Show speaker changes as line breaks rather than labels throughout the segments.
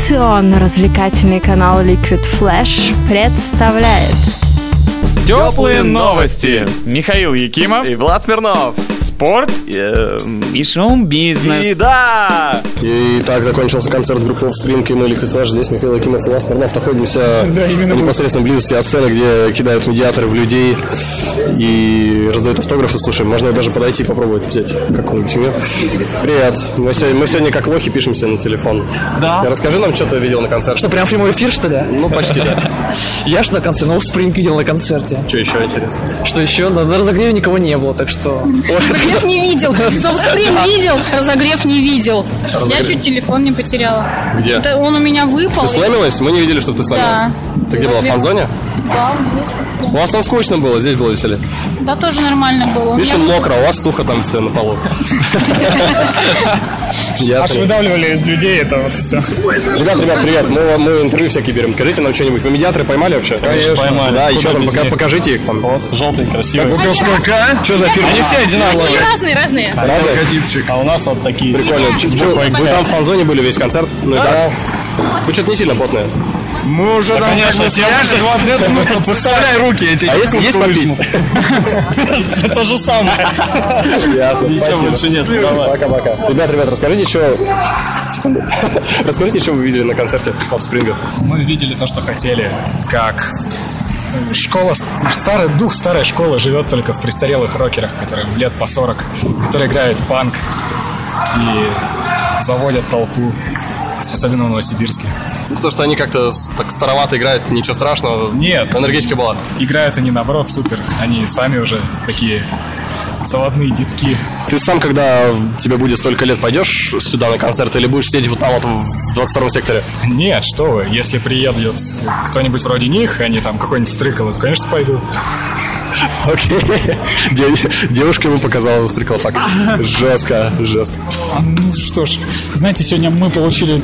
Информационно-развлекательный канал Liquid Flash представляет
Теплые новости. Михаил Якимов,
И Влад Смирнов.
спорт
И, эм,
и шоу-бизнес.
И да!
И так закончился концерт группы Offspring, и мы Liquid Flash. Здесь Михаил Якимов и Влас Смирнов находимся в непосредственной близости от сцены, где кидают медиаторы в людей и раздают автографы. Слушай, можно даже подойти и попробовать взять какую-нибудь семью. Привет. Мы сегодня, мы сегодня как лохи пишемся на телефон.
Да.
Расскажи нам, что ты видел на концерте.
Что, прям прямой эфир, что ли?
Ну, почти, да.
Я ж на концерте, ну, Спринг видел на концерте.
Что еще интересно?
Что еще? На, на разогреве никого не было, так что...
Разогрев не видел. Софтскрин видел, разогрев не видел. Я чуть телефон не потеряла.
Где?
Это он у меня выпал.
Ты сломилась? Мы не видели, чтобы ты сломилась.
Да.
Ты где была, в
Вот я-
фан-зоне?
Да, вот здесь вот,
У вас там скучно было, здесь было веселее.
да. Да, тоже нормально было. У
Видишь,
меня
он мокро, а у вас сухо там все на полу.
Аж
Ясно.
выдавливали из людей это вот все.
Ребят, ребят, привет. Мы, вам- мы интервью всякие берем. Скажите нам что-нибудь. Вы медиаторы поймали вообще?
Конечно, поймали.
Да, еще
Куда
там
без
пока-
них?
покажите их там.
Вот, желтый, красивый.
Что за фирма? Они все одинаковые.
Разные, разные.
Правда?
А у нас вот такие.
Прикольно. Чё- чё, Вы там в фан-зоне были весь концерт? Ну и как? Вы что-то не сильно потные.
Мы уже там, конечно, съемся 20 минут. Поставляй руки эти.
А если есть попить?
То же самое.
Ясно, спасибо.
лучше нет. Давай.
Пока-пока. Ребят, ребят, расскажите, что... Расскажите, что вы видели на концерте Спринга.
Мы видели то, что хотели. Как школа, старый дух старой школы живет только в престарелых рокерах, которым лет по 40, которые играют панк и заводят толпу, особенно в Новосибирске.
Ну, то, что они как-то с- так старовато играют, ничего страшного.
Нет.
Энергетика была.
Играют они наоборот супер, они сами уже такие заводные детки.
Ты сам, когда тебе будет столько лет, пойдешь сюда на концерт или будешь сидеть вот там вот в 22-м секторе?
Нет, что вы, если приедет кто-нибудь вроде них, они там какой-нибудь стрыкал, то, конечно, пойду.
Окей. Дев- Девушка ему показала, застрекал так. Жестко, жестко.
Ну что ж, знаете, сегодня мы получили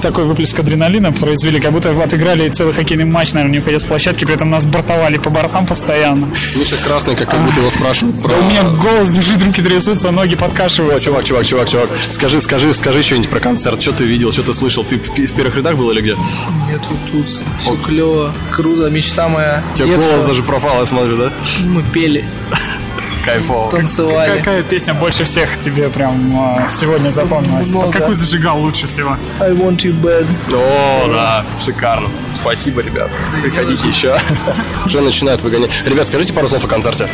такой выплеск адреналина, произвели, как будто отыграли целый хоккейный матч, наверное, не уходя с площадки, при этом нас бортовали по бортам постоянно.
Миша красный, как, как будто его спрашивают про...
У меня голос дрожит, руки трясутся, ноги
О,
подкашивают.
чувак, чувак, чувак, чувак, скажи, скажи, скажи что-нибудь про концерт, что ты видел, что ты слышал, ты в первых рядах был или где?
Нет, тут, тут все клево, круто, мечта моя.
У тебя голос даже пропал, я смотрю, да?
Мы пели,
Кайфово.
танцевали.
Какая песня больше всех тебе прям а, сегодня запомнилась?
Ну,
Под
да.
какую зажигал лучше всего?
I want you bad.
О, да, шикарно. Спасибо, ребят. Приходите еще. Уже начинают выгонять. Ребят, скажите пару слов о концерте.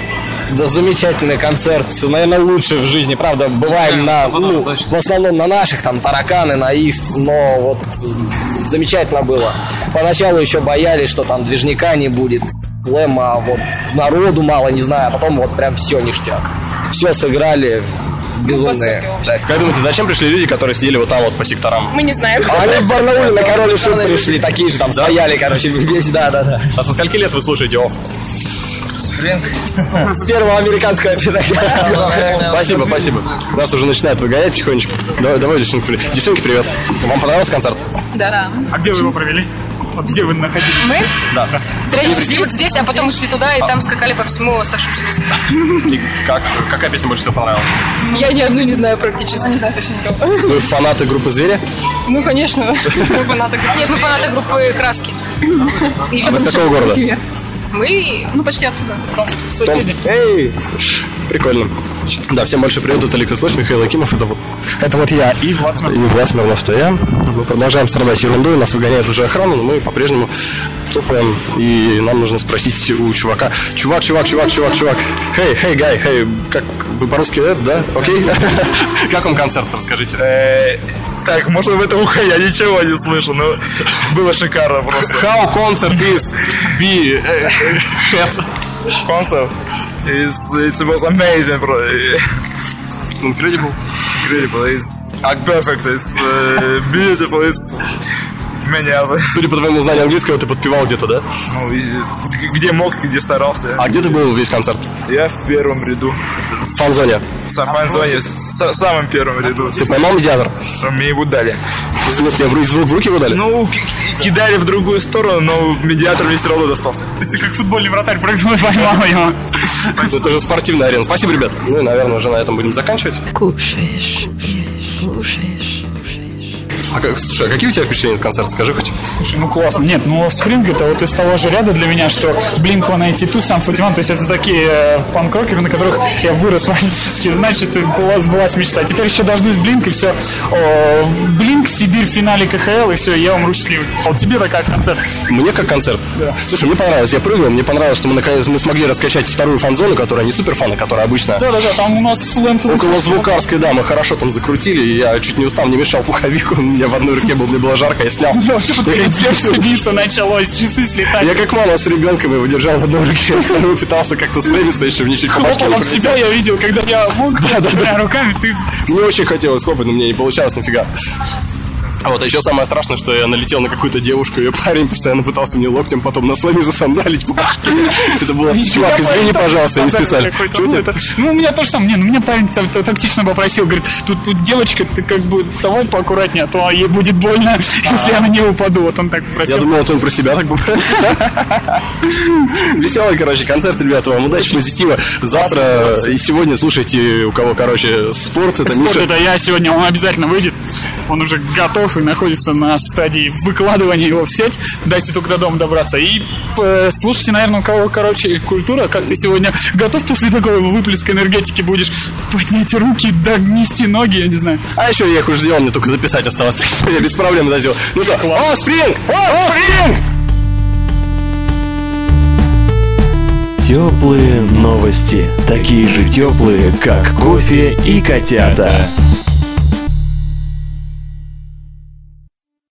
Да замечательный концерт, наверное, лучший в жизни, правда, бываем на, ну, в основном на наших, там, тараканы, наив, но вот э, замечательно было. Поначалу еще боялись, что там движника не будет, слэма, вот народу мало, не знаю, а потом вот прям все ништяк. Все сыграли,
Ну,
безумные. Да.
Как думаете, зачем пришли люди, которые сидели вот там вот по секторам?
Мы не знаем.
А Они в Барнауле на король и шут пришли, такие же там стояли, короче, весь, да-да-да.
А со скольки лет вы слушаете его?
С первого американского педагога.
Спасибо, спасибо. Нас уже начинают выгонять потихонечку. Давай, давай, девчонки, привет. Девчонки, привет. Вам понравился концерт?
Да.
А где вы его провели? Вот где вы находились?
Мы? Тренировались вот здесь, а потом ушли туда и там скакали по всему оставшемуся месту.
И как, какая песня больше всего понравилась?
Я ни одну не знаю практически. Не знаю точно никого.
Вы фанаты группы «Звери»?
Ну, конечно. Мы фанаты группы. Нет, мы фанаты группы «Краски». И
А
Вы из какого города?
Мы, ну, почти отсюда.
Томск. Эй! Прикольно. Да, всем большой привет, это Лика Слэш, Михаил Акимов, это вот, это вот я и Влад Смирнов, что я. Мы продолжаем страдать ерундой, нас выгоняет уже охрана, но мы по-прежнему топаем, и нам нужно спросить у чувака. Чувак, чувак, чувак, чувак, чувак. Хей, хей, гай, хей, как вы по-русски, э, да? Окей? Как вам концерт, расскажите?
Так, можно в это ухо, я ничего не слышу, но было шикарно просто.
How concert is be э, head?
Концерт. It's, it was amazing, bro.
Incredible.
Incredible. It's perfect. It's э, beautiful. It's many other.
Судя по твоему знанию английского, ты подпевал где-то, да?
Ну, и, э, где мог, где старался.
А где ты был весь концерт?
Я в первом ряду.
В фан-зоне.
В фан-зоне, в са- самом первом ряду.
Ты поймал медиатор?
А
Мне его дали.
В смысле, в ру- звук в руки его дали?
Ну, к- кидали в другую сторону, но медиатор мне все равно достался.
Ты как футбольный вратарь пробил и поймал его.
это же спортивная арена. Спасибо, ребят. Ну и, наверное, уже на этом будем заканчивать.
Кушаешь, слушаешь, слушаешь.
А как- слушай, а какие у тебя впечатления от концерта, скажи хоть?
Слушай, ну классно. Нет, ну Offspring это вот из того же ряда для меня, что Blink-182, сам Футиван, то есть это такие э, панк-рокеры, на которых я вырос практически, значит, и была, сбылась мечта. Теперь еще дождусь Блинк и все. О, Блинк, Сибирь, в финале КХЛ, и все, я умру счастливый. А вот тебе-то как концерт?
Мне как концерт. Слушай, мне понравилось, я прыгал, мне понравилось, что мы наконец мы смогли раскачать вторую фан-зону, которая не суперфана, которая обычно
Да-да-да, там у нас слэм тут.
Около звукарской, да, мы хорошо там закрутили, и я чуть не устал, мне мешал пуховик, у меня в одной руке был, мне было жарко, я снял.
Ну, типа,
Я как
сердце биться началось, часы слетали.
Я как мама с ребенком его держал в одной руке, а вторую пытался как-то слениться, еще мне чуть по башке не
Хлопала в
прилетело.
себя, я видел, когда я мог, двумя руками, ты...
Мне Ну, очень хотелось хлопать, но мне не получалось нифига. А Вот, а еще самое страшное, что я налетел на какую-то девушку, ее парень постоянно пытался мне локтем потом на сломе засандалить по башке. Это было, чувак, извини, пожалуйста, я не специально.
Какой-то,
Чего
ну,
тебе-
это- Ну, у меня тоже самое. Не, ну, меня парень так- так- тактично попросил, говорит, тут, тут девочка, ты как бы давай поаккуратнее, а то ей будет больно, если я на нее упаду. Вот он так
А. Я
попросил.
думал, вот он про себя так поправил. Веселый, короче, концерт, ребята, вам удачи, позитива. Завтра и сегодня слушайте, у кого, короче, спорт, это
Вот
Миша.
это я сегодня, он обязательно выйдет. Он уже готов и находится на стадии выкладывания его в сеть. Дайте только до дома добраться. И э, слушайте, наверное, у кого, короче, культура, как ты сегодня готов после такого выплеска энергетики будешь поднять руки, догнести ноги, я не знаю.
А еще я их уже сделал, мне только записать осталось. Так что Я без проблем дозел. Ну что, о, спринг! О, спринг!
Теплые новости, такие же теплые, как кофе и котята.